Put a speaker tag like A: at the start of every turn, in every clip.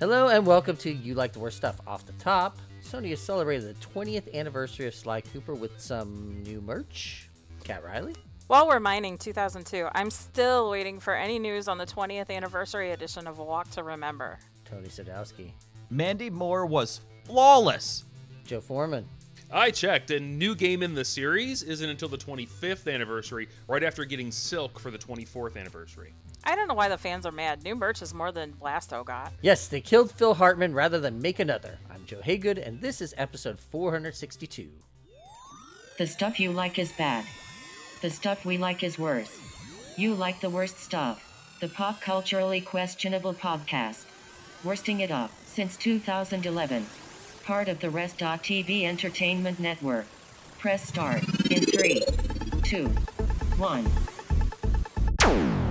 A: Hello and welcome to You Like the Worst Stuff. Off the top, Sony has celebrated the 20th anniversary of Sly Cooper with some new merch. Cat Riley?
B: While we're mining 2002, I'm still waiting for any news on the 20th anniversary edition of Walk to Remember.
A: Tony Sadowski?
C: Mandy Moore was flawless.
A: Joe Foreman?
D: I checked, and new game in the series isn't until the 25th anniversary, right after getting Silk for the 24th anniversary.
B: I don't know why the fans are mad. New merch is more than Blasto got.
A: Yes, they killed Phil Hartman rather than make another. I'm Joe Haygood, and this is episode 462.
E: The stuff you like is bad. The stuff we like is worse. You like the worst stuff. The pop culturally questionable podcast. Worsting it up since 2011. Part of the Rest.tv Entertainment Network. Press start in 3, 2, 1.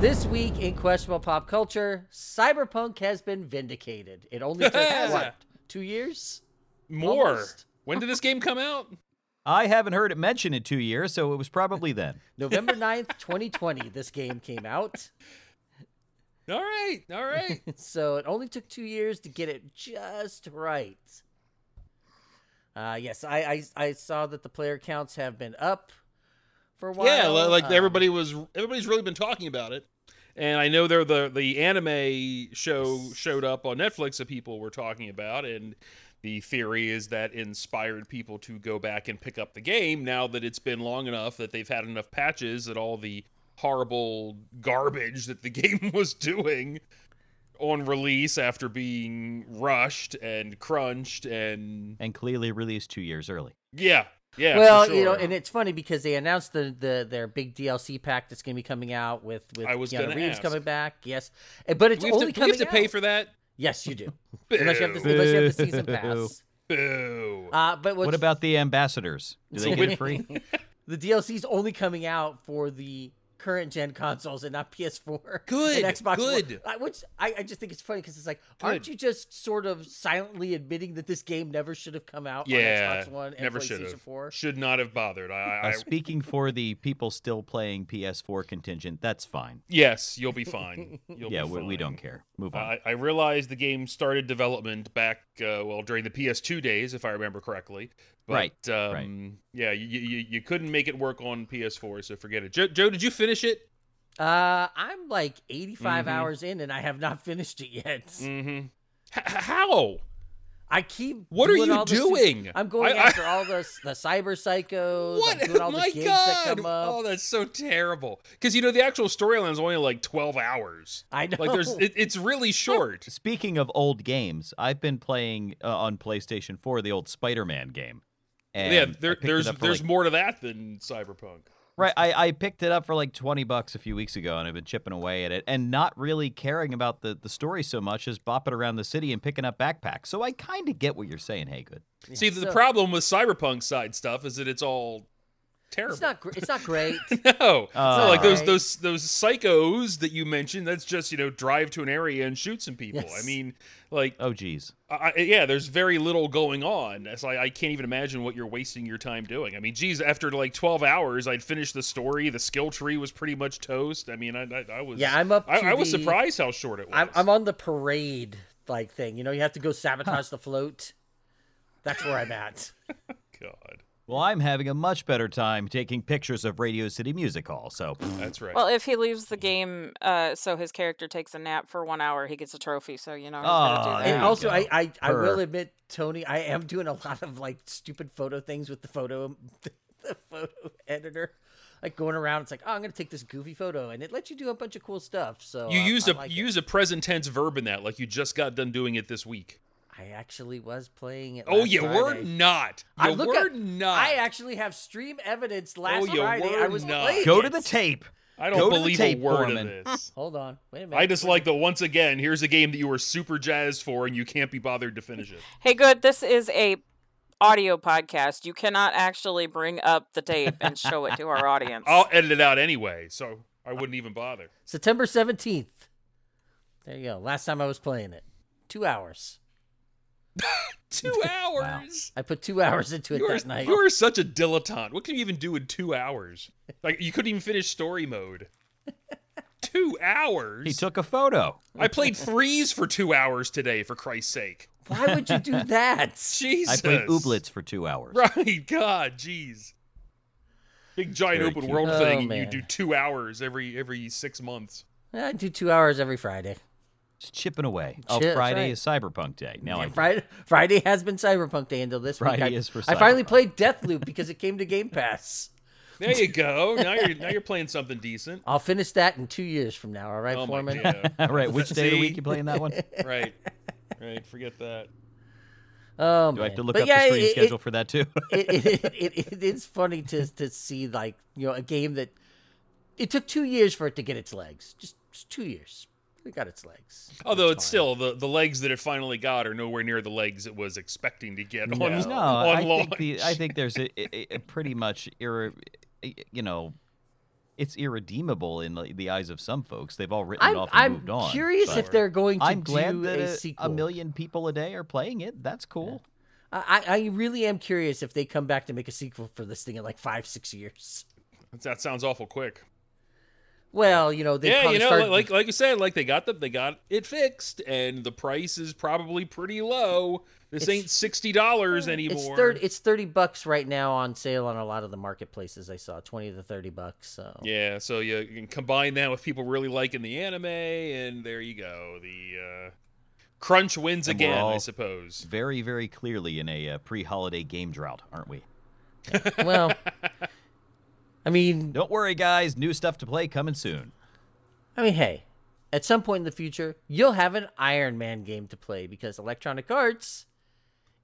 A: This week in questionable pop culture, cyberpunk has been vindicated. It only took what two years?
D: More.
A: Almost.
D: When did this game come out?
C: I haven't heard it mentioned in two years, so it was probably then.
A: November 9th, 2020, this game came out.
D: All right, all right.
A: So it only took two years to get it just right. Uh, yes, I, I I saw that the player counts have been up for a while.
D: yeah, li- like
A: Um,
D: everybody was, everybody's really been talking about it, and I know there the the anime show showed up on Netflix that people were talking about, and the theory is that inspired people to go back and pick up the game now that it's been long enough that they've had enough patches that all the horrible garbage that the game was doing on release after being rushed and crunched and
C: And clearly released two years early.
D: yeah yeah for
A: well, you know,
D: sure.
A: and it's funny because they announced the, the their big DLC pack that's going to be coming out with with
D: I was
A: Keanu
D: gonna
A: Reeves
D: ask.
A: coming back. Yes, Eh, but it's
D: we have
A: only
D: to, we
A: coming
D: have to pay
A: out.
D: for that
A: Yes, you do.
D: Boo.
A: unless you have the, unless you have the season
C: Boo.
A: pass.
D: Boo.
A: Uh, but what's,
C: What about the ambassadors? Do they get it free?
A: the DLC is only coming out for the current gen consoles and not PS4
D: Good,
A: and Xbox
D: good.
A: One, Uh, which I, I just think it's funny because it's like, aren't you just sort of silently admitting that this game never should have come out
D: yeah,
A: on Xbox One and
D: never should
A: PlayStation
D: have.
A: 4?
D: Should not have bothered. I, I,
C: Uh,
D: I
C: speaking for the people still playing PS4 contingent, that's fine.
D: yes, you'll be fine. You'll
C: yeah,
D: be
C: we,
D: fine.
C: we don't care. Move on.
D: I, I realized the game started development back uh, well during the PS2 days, if I remember correctly. But,
C: Right,
D: Um, Yeah, you, you you couldn't make it work on PS4, so forget it. Joe, Joe did you finish it?
A: Uh, I'm like 85
D: Mhm.
A: hours in and I have not finished it yet.
D: Mm-hmm. H- how?
A: I keep.
D: What are
A: doing
D: you
A: all the stu-
D: doing?
A: I'm going
D: I- I-
A: after all the the cyber psychos.
D: What? Oh
A: I'm doing all
D: My
A: the gigs
D: God!
A: that come up.
D: Oh, that's so terrible. Because you know the actual storyline is only like twelve hours.
A: I know.
D: Like there's, it, it's really short.
C: Speaking of old games, I've been playing uh, on PlayStation 4 the old Spider-Man game. And
D: yeah,
C: I
D: there,
C: picked it
D: there's
C: up for,
D: there's
C: like-
D: more to that than Cyberpunk.
C: Right, I, I picked it up for like twenty bucks a few weeks ago, and I've been chipping away at it, and not really caring about the, the story so much as bopping around the city and picking up backpacks. So I kind of get what you're saying, Haygood.
D: See, the
A: So-
D: problem with Cyberpunk side stuff is that it's all terrible.
A: It's not. gr- It's not great.
D: no, it's not like those
A: Oh, Alright.
D: those those psychos that you mentioned. That's just you know drive to an area and shoot some people.
A: Yes.
D: I mean, like
C: Oh, geez.
D: I, I- yeah, there's very little going on. So I, I can't even imagine what you're wasting your time doing. I mean, geez, after like 12 hours, I'd finished the story. The skill tree was pretty much toast. I mean, I I, I was
A: Yeah, I'm up
D: I,
A: to
D: I was
A: the-
D: surprised how short it was.
A: I'm, I'm on the parade like thing. You know, you have to go sabotage the float. That's where I'm at.
D: God,
C: Well, I'm having a much better time taking pictures of Radio City Music Hall. So
D: that's right.
B: Well, if he leaves the game, uh, so his character takes a nap for one hour, he gets a trophy. So you know he's
C: Aw,
B: gonna do
C: there
A: And
B: that.
C: you
A: also,
C: go.
A: I I, I will
C: Her.
A: admit, Tony, I am doing a lot of like stupid photo things with the photo the photo editor. Like going around, it's like, oh, I'm gonna take this goofy photo, and it lets you do a bunch of cool stuff. So
D: you
A: I-
D: used
A: I
D: a
A: like it.
D: you used a present tense verb in that, like you just got done doing it this week.
A: I actually was playing it.
D: Oh,
A: last
D: you were
A: Friday.
D: not. You
A: I look
D: were
A: at-
D: not.
A: I actually have stream evidence last
D: Oh, you
A: Friday.
D: were
A: I was
D: not.
A: playing
C: go to
A: it.
C: the tape.
D: I don't
C: Go to the
D: believe
C: tape,
D: a word
C: Foreman.
D: of this.
A: Hold on, wait a minute.
D: I just like the once again. Here's a game that you were super jazzed for, and you can't be bothered to finish it.
B: Hey, good. This is a audio podcast. You cannot actually bring up the tape and show it to our audience.
D: I'll edit it out anyway, so I wouldn't even bother.
A: September 17th. There you go. Last time I was playing it. Two hours.
D: Two hours.
A: I put two hours into it
D: You are,
A: that night.
D: you are such a dilettante. What can you even do in two hours? Like you couldn't even finish story mode. two hours.
C: He took a photo.
D: I played threes for two hours today, for Christ's sake.
A: Why would you do that?
C: I
D: Jesus.
C: played ooblets for two hours.
D: Right, God, jeez. Big giant
C: Very
D: open
C: cute.
D: world
A: Oh,
D: thing, and you
A: man.
D: do two hours every every six months.
A: I do two hours every Friday.
C: Just chipping away. Oh,
A: Chip, that's
C: Friday
A: right.
C: is Cyberpunk Day. Now I
A: Friday, Friday has been Cyberpunk Day until this week.
C: Friday
A: I,
C: is for
A: I finally
C: Cyberpunk.
A: played Deathloop because it came to Game Pass.
D: There you go. now you're now you're playing something decent.
A: I'll finish that in two years from now. All right,
D: Oh my
A: Foreman.
D: god.
C: All right, which day of the week
D: See?
C: you playing that one?
D: Right. Right. Forget that.
A: Oh,
C: Do I have
A: man.
C: to look
A: But
C: up
A: yeah,
C: the stream
A: it- it-
C: schedule for that too?
A: it, it, it, it is funny to to see like you know a game that it took two years for it to get its legs. Just, just two years. It got its legs.
D: Although it's
A: fine.
D: still the, the legs that it finally got are nowhere near the legs it was expecting to get on,
C: Oh, no,
D: on
C: I
D: launch.
C: think the, I think there's a, a, a pretty much irre, you know, it's irredeemable in the- the eyes of some folks. They've all written it
A: I'm
C: off and
A: I'm
C: moved on.
A: curious
C: but
A: if they're going to
C: I'm glad
A: do
C: that
A: a
C: a,
A: sequel.
C: million people a day are playing it. That's cool.
A: I, I I really am curious if they come back to make a sequel for this thing in like five six years.
D: that sounds awful quick.
A: Well, you know they
D: yeah,
A: probably
D: you know,
A: started
D: like like you said, like they got them, they got it fixed, and the price is probably pretty low. This
A: It's-
D: ain't sixty dollars anymore.
A: It's thirty. It's thirty bucks right now on sale on a lot of the marketplaces. I saw twenty to thirty bucks. So
D: Yeah, so you you can combine that with people really liking the anime, and there you go. The uh, crunch wins
C: And we're
D: again, I
C: all-
D: suppose.
C: Very, very clearly in a uh, pre-holiday game drought, aren't we?
A: well, I mean,
C: Don't worry, guys. New stuff to play coming soon.
A: I mean, hey, at some point in the future, you'll have an Iron Man game to play because Electronic Arts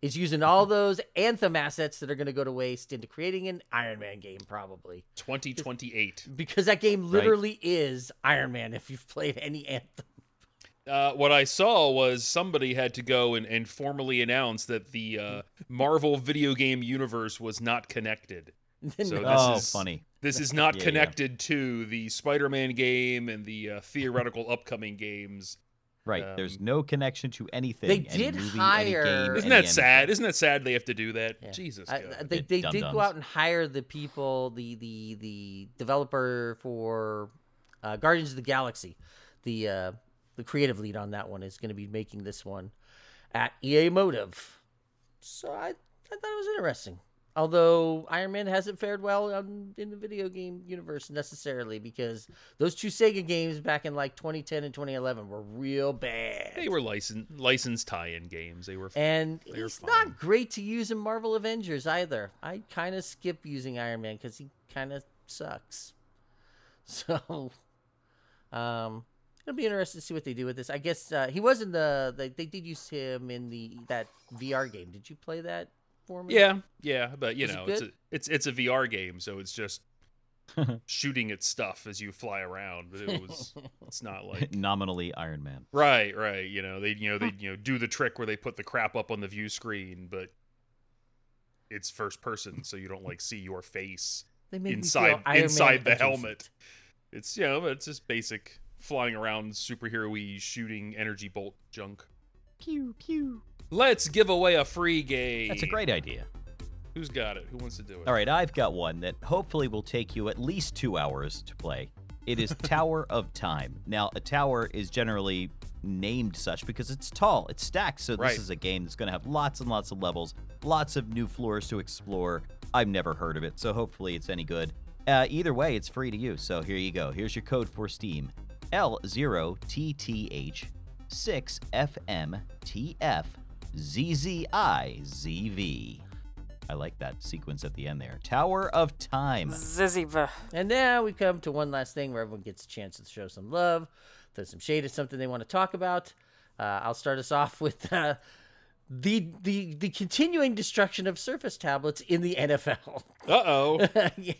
A: is using all those Anthem assets that are going to go to waste into creating an Iron Man game, probably.
D: Twenty twenty eight.
A: Because that game
C: Right.
A: literally is Iron Man if you've played any Anthem.
D: Uh, what I saw was somebody had to go and, and formally announce that the uh, Marvel video game universe was not connected. So
A: No.
D: this
C: oh,
D: is-
C: funny.
D: This is not
C: Yeah, yeah.
D: connected to the Spider Man game and the uh, theoretical upcoming games.
C: Right. There's
D: um,
C: no connection to anything.
A: They
C: any
A: did
C: movie,
A: hire-
C: Any game,
D: Isn't
C: any
D: that
C: anime.
D: sad? Isn't that sad they have to do that?
A: Yeah.
D: Jesus.
A: I,
D: God.
A: I- they
C: Bit
A: they did go
C: dum-dums.
A: out and hire the people, the the the developer for uh, Guardians of the Galaxy. The uh, the creative lead on that one is going to be making this one at EA Motive. So I I thought it was interesting. Although Iron Man hasn't fared well um, in the video game universe necessarily, because those two Sega games back in like 2010 and 2011 were real bad.
D: They were license license tie-in games. They were.
A: And
D: They're
A: it's
D: fine.
A: not great to use in Marvel Avengers either. I kind of skip using Iron Man because he kind of sucks. So, um, it'll be interesting to see what they do with this. I guess uh, he was in the they, they did use him in the that VR game. Did you play that for me?
D: yeah, yeah, but you
A: Is it
D: know, it's a,
A: good?
D: it's it's a VR game, so it's just shooting at stuff as you fly around. But it was. it's not like.
C: Nominally Iron Man.
D: Right, right. You know, they you know they you know do the trick where they put the crap up on the view screen, but it's first person, so you don't like see your face.
A: they made me feel
D: inside-
A: Iron Man
D: inside the
A: adjacent.
D: helmet. It's you know, it's just basic flying around superhero shooting energy bolt junk.
C: Pew pew.
D: Let's give away a free game.
C: That's a great idea.
D: Who's got it? Who wants to do it?
C: All right, I've got one that hopefully will take you at least two hours to play. It is Tower of Time. Now, a tower is generally named such because it's tall, it's stacked. So,
D: Right.
C: this is a game that's going to have lots and lots of levels, lots of new floors to explore. I've never heard of it, so hopefully it's any good. Uh, either way, it's free to you. So, here you go. Here's your code for Steam L0TTH6FMTFZZIZV. I like that sequence at the end there. Tower of Time.
B: Ziziva.
A: And now we come to one last thing where everyone gets a chance to show some love, throw some shade at something they want to talk about. Uh, I'll start us off with uh, the the the continuing destruction of surface tablets in the NFL.
D: Uh oh.
A: Yeah.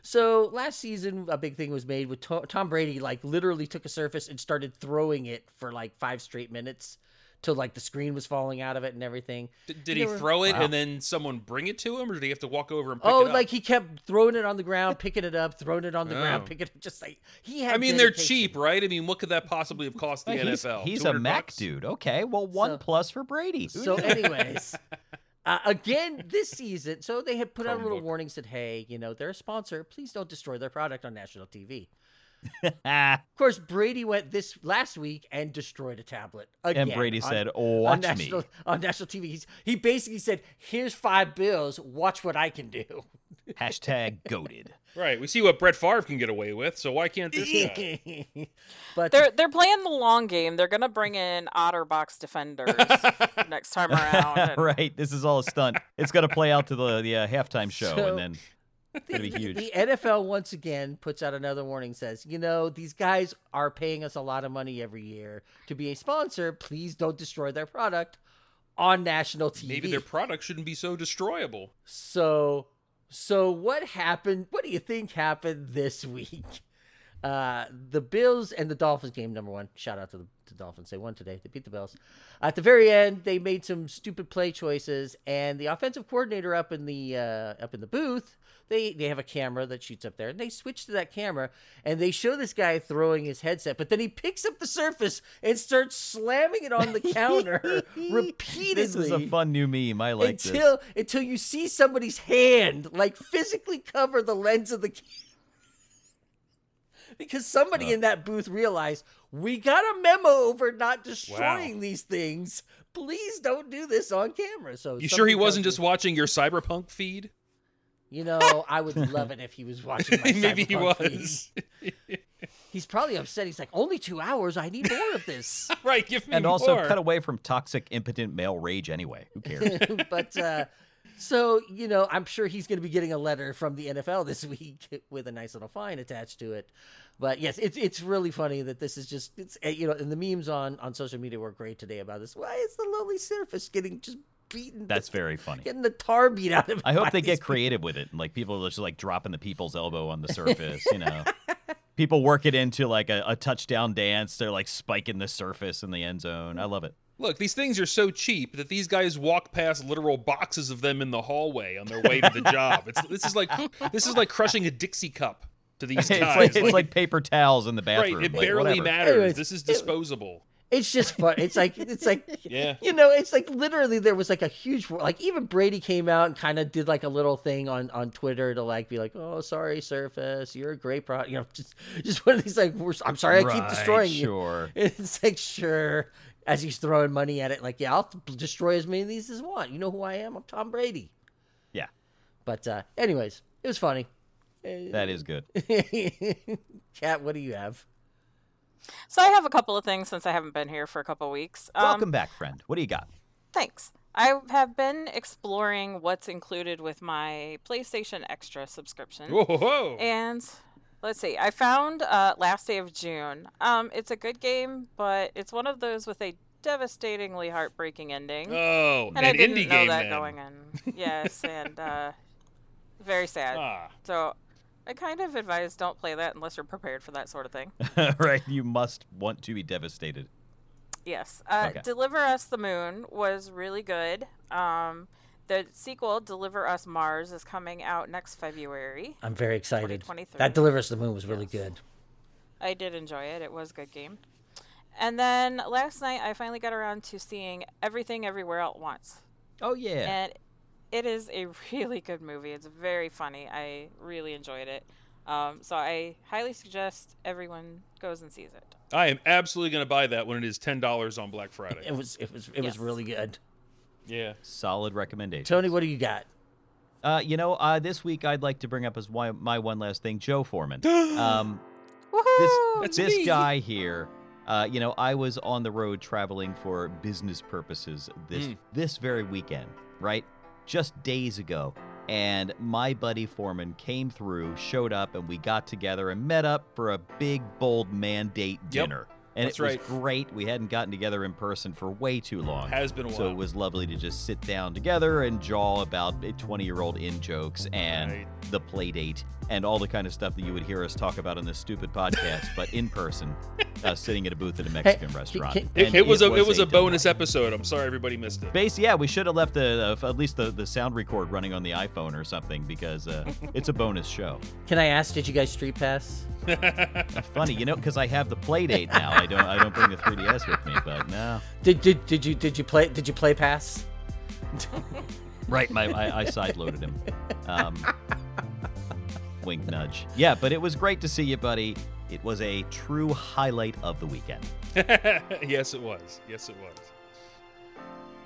A: So last season, a big thing was made with to- Tom Brady. Like literally took a surface and started throwing it for like five straight minutes, till like the screen was falling out of it and everything.
D: did he
A: They were-
D: throw it and then someone bring it to him, or did he have to walk over and pick
A: oh,
D: it up?
A: like he kept throwing it on the ground, picking it up, throwing it on the
D: Oh.
A: ground, picking it. Just like he had.
D: I mean, they're
A: dedication.
D: cheap, right? I mean, what could that possibly have cost the
C: he's,
D: NFL?
C: he's a
D: 200
C: Mac
D: bucks?
C: dude. Okay, well, one
A: So-
C: plus for Brady. Who
A: So,
C: knew?
A: anyways, uh, again this season, so they had put out a little
D: Chromebook.
A: warning said, "Hey, you know, they're a sponsor. Please don't destroy their product on national TV." Of course, Brady went this last week and destroyed a tablet again.
C: and Brady
A: on-
C: said,
A: on
C: "Watch me."
A: national, on national TV. He's, he basically said, "Here's five bills. Watch what I can do."
C: Hashtag goaded.
D: Right. We see what Brett Favre can get away with, so why can't this guy?
A: but
B: They're they're playing the long game. They're gonna bring in OtterBox defenders next time around. and-
C: right. This is all a stunt. It's gonna play out to the the uh, halftime show,
A: So-
C: and then it's gonna be huge.
A: the NFL once again puts out another warning says, you know, these guys are paying us a lot of money every year to be a sponsor. Please don't destroy their product on national TV.
D: Maybe their product shouldn't be so destroyable.
A: So, so what happened? What do you think happened this week? Uh, the Bills and the Dolphins game number one. Shout out to the to Dolphins. They won today. They beat the Bills. At the very end, they made some stupid play choices, and the offensive coordinator up in the uh, up in the booth, they they have a camera that shoots up there, and they switch to that camera, and they show this guy throwing his headset, but then he picks up the surface and starts slamming it on the counter repeatedly
C: This is a fun new meme. I like this.
A: until until you see somebody's hand like physically cover the lens of the camera. Because somebody in that booth realized we got a memo over not destroying these things. Please don't do this on camera. So
D: You sure he
A: somebody
D: wasn't
A: tells
D: just watching your cyberpunk feed?
A: me, You know, I would love it if he was watching. My
D: Maybe he
A: Cyberpunk feed.
D: was.
A: He's probably upset. He's like, only two hours. I need more of this.
D: right. Give me
C: and also
D: more.
C: cut away from toxic, impotent male rage. Anyway, who cares?
A: but uh, so you know, I'm sure he's going to be getting a letter from the NFL this week with a nice little fine attached to it. But yes, it's it's really funny that this is just it's uh, you know, and the memes on on social media were great today about this. Why is the lonely surface getting just beaten?
C: That's very funny.
A: getting the tar beat out of it.
C: I
A: by
C: hope they
A: these
C: get creative with it. and, Like people are just like dropping the people's elbow on the surface, you know. People work it into like a, a touchdown dance. They're like spiking the surface in the end zone. I love it.
D: Look, these things are so cheap that these guys walk past literal boxes of them in the hallway on their way to the job. It's this is like this is like crushing a Dixie cup to these
C: It's
D: guys.
C: like, it's like paper towels in the
D: right,
C: bathroom.
D: it
C: like,
D: barely
C: whatever.
D: matters.
A: Anyways,
D: this is
A: it-
D: disposable.
A: It's just fun. It's like it's like
D: Yeah.
A: you know, it's like literally there was like a huge like even Brady came out and kind of did like a little thing on on Twitter to like be like, "Oh, sorry, Surface, you're a great product." You know, just just one of these like, we're, "I'm sorry, I keep
C: Right,
A: destroying you."
C: Sure.
A: It's like sure, as he's throwing money at it, like, "Yeah, I'll destroy as many of these as I want." You know who I am? I'm Tom Brady.
C: Yeah,
A: But uh anyways, it was funny.
C: that is good.
A: Um, Cat, what do you have?
B: So I have a couple of things since I haven't been here for a couple of weeks. Um,
C: Welcome back, friend. What do you got?
B: Thanks. I have been exploring what's included with my PlayStation Extra subscription.
D: Whoa, whoa, whoa.
B: And let's see, I found uh, Last Day of June. Um, it's a good game, but it's one of those with a devastatingly heartbreaking ending.
D: oh,
B: and I
D: an
B: didn't
D: indie
B: know
D: game
B: that
D: then.
B: going in. Yes, and uh, very sad.
D: Ah,
B: So I kind of advise don't play that unless you're prepared for that sort of thing.
C: right, you must want to be devastated.
B: Yes. Uh,
C: Okay.
B: Deliver Us the Moon was really good. Um, the sequel, Deliver Us Mars, is coming out next February.
A: I'm very excited.
B: 2023.
A: That delivers the moon was really good.
B: I did enjoy it. It was a good game. And then last night, I finally got around to seeing Everything Everywhere All at Once.
C: Oh yeah.
B: And it is a really good movie. It's very funny. I really enjoyed it. Um, so I highly suggest everyone goes and sees it.
D: I am absolutely going to buy that when it is ten dollars on Black Friday.
A: It was it was it
B: Yes.
A: was really good.
D: yeah.
C: Solid recommendation.
A: Tony, what do you got?
C: Uh, you know, uh, this week I'd like to bring up as why, my one last thing, Joe Foreman. Um, this
B: Woohoo!
D: That's
C: this
D: me.
C: guy here. Uh, you know, I was on the road traveling for business purposes this
D: Mm.
C: this very weekend, right? Just days ago. And my buddy Foreman came through, showed up, and we got together and met up for a big bold man date
D: Yep.
C: dinner. And
D: That's
C: it was
D: right.
C: great. We hadn't gotten together in person for way too long.
D: Has been a
C: So it
D: while.
C: was lovely to just sit down together and jaw about 20 year old in jokes and
D: Right.
C: the play date and all the kind of stuff that you would hear us talk about on this stupid podcast, but in person, uh, sitting at a booth at a Mexican
A: can-
C: restaurant.
A: can-
D: It,
C: And
D: it was a it was a
C: delight.
D: bonus episode. I'm sorry everybody missed it.
C: Base, yeah, we should have left the, uh, at least the, the sound record running on the iPhone or something because uh, it's a bonus show.
A: Can I ask? Did you guys street pass?
C: Funny, you know, because I have the play date now. I don't I don't bring the 3DS with me, but no.
A: Did did did you did you play did you play pass?
C: Right, my I, I sideloaded him. Um, wink nudge. Yeah, but it was great to see you, buddy. It was a true highlight of the weekend.
D: yes, it was. Yes, it was.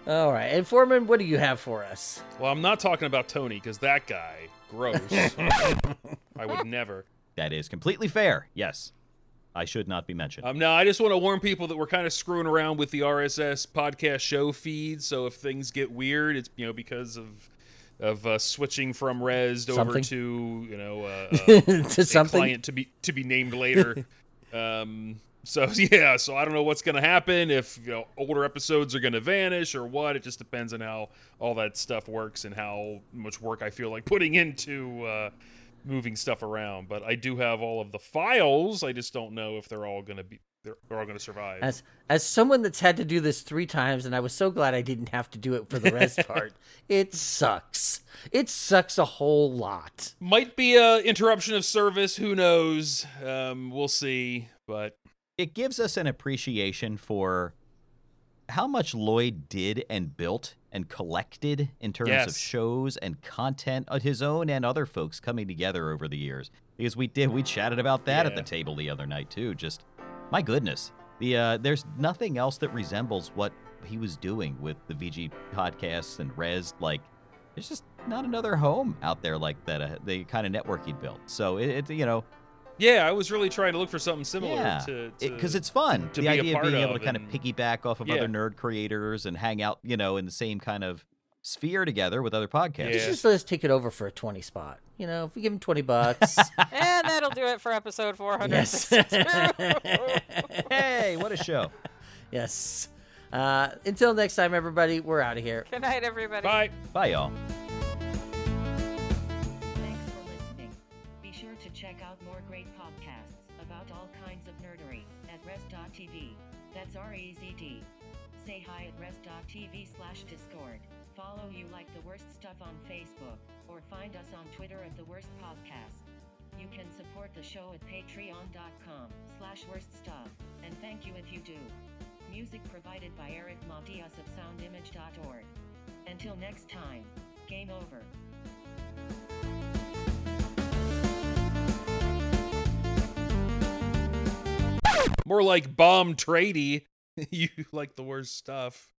A: All right. And Foreman, what do you have for us?
D: Well, I'm not talking about Tony because that guy, gross. I would never.
C: That is completely fair. Yes. I should not be mentioned.
D: Um, no, I just want to warn people that we're kind of screwing around with the RSS podcast show feed. So if things get weird, it's you know because of of uh, switching from Resd over
A: Something.
D: to you know uh, uh,
A: to
D: a
A: something.
D: client to be to be named later. um, so yeah, so I don't know what's going to happen if you know older episodes are going to vanish or what. It just depends on how all that stuff works and how much work I feel like putting into uh, moving stuff around. But I do have all of the files. I just don't know if they're all going to be they're, they're all going to survive.
A: As as someone that's had to do this three times, and I was so glad I didn't have to do it for the rest part. It sucks. It sucks a whole lot.
D: Might be a interruption of service. Who knows? Um, we'll see. But
C: it gives us an appreciation for how much Lloyd did and built and collected in terms of
D: Yes.
C: shows and content of his own and other folks coming together over the years. Because we did, we chatted about that at the
D: Yeah.
C: table the other night too. Just my goodness, the uh, there's nothing else that resembles what he was doing with the VG podcasts and Res. Like, there's just not another home out there like that. Uh, the kind of network he built. So it, it you know,
D: yeah, I was really trying to look for something similar to
C: because
D: to-
C: it's fun. the
D: to be a
C: idea of
D: part
C: being able
D: of
C: to kind of
D: and-
C: piggyback off of
D: Yeah.
C: other nerd creators and hang out, you know, in the same kind of sphere together with other podcasts.
A: Just,
D: Yeah.
A: just let us take it over for a twenty spot. You know, if we give him twenty bucks.
B: and that'll do it for episode 462.
A: yes.
C: Hey, what a show!
A: yes. Uh, until next time, everybody. We're out of here.
B: Good night, everybody.
D: Bye.
C: Bye, y'all.
E: Thanks for listening. Be sure to check out more great podcasts about all kinds of nerdery at rest.tv. That's R-E-Z-D. Say hi at rest.tv slash discord. Follow you like the worst stuff on Facebook, or find us on Twitter at the worst podcast. You can support the show at patreon.com slash worst stuff, and thank you if you do. Music provided by Eric Matias of soundimage.org. Until next time, game over.
D: More like bomb tradie. you like the worst stuff.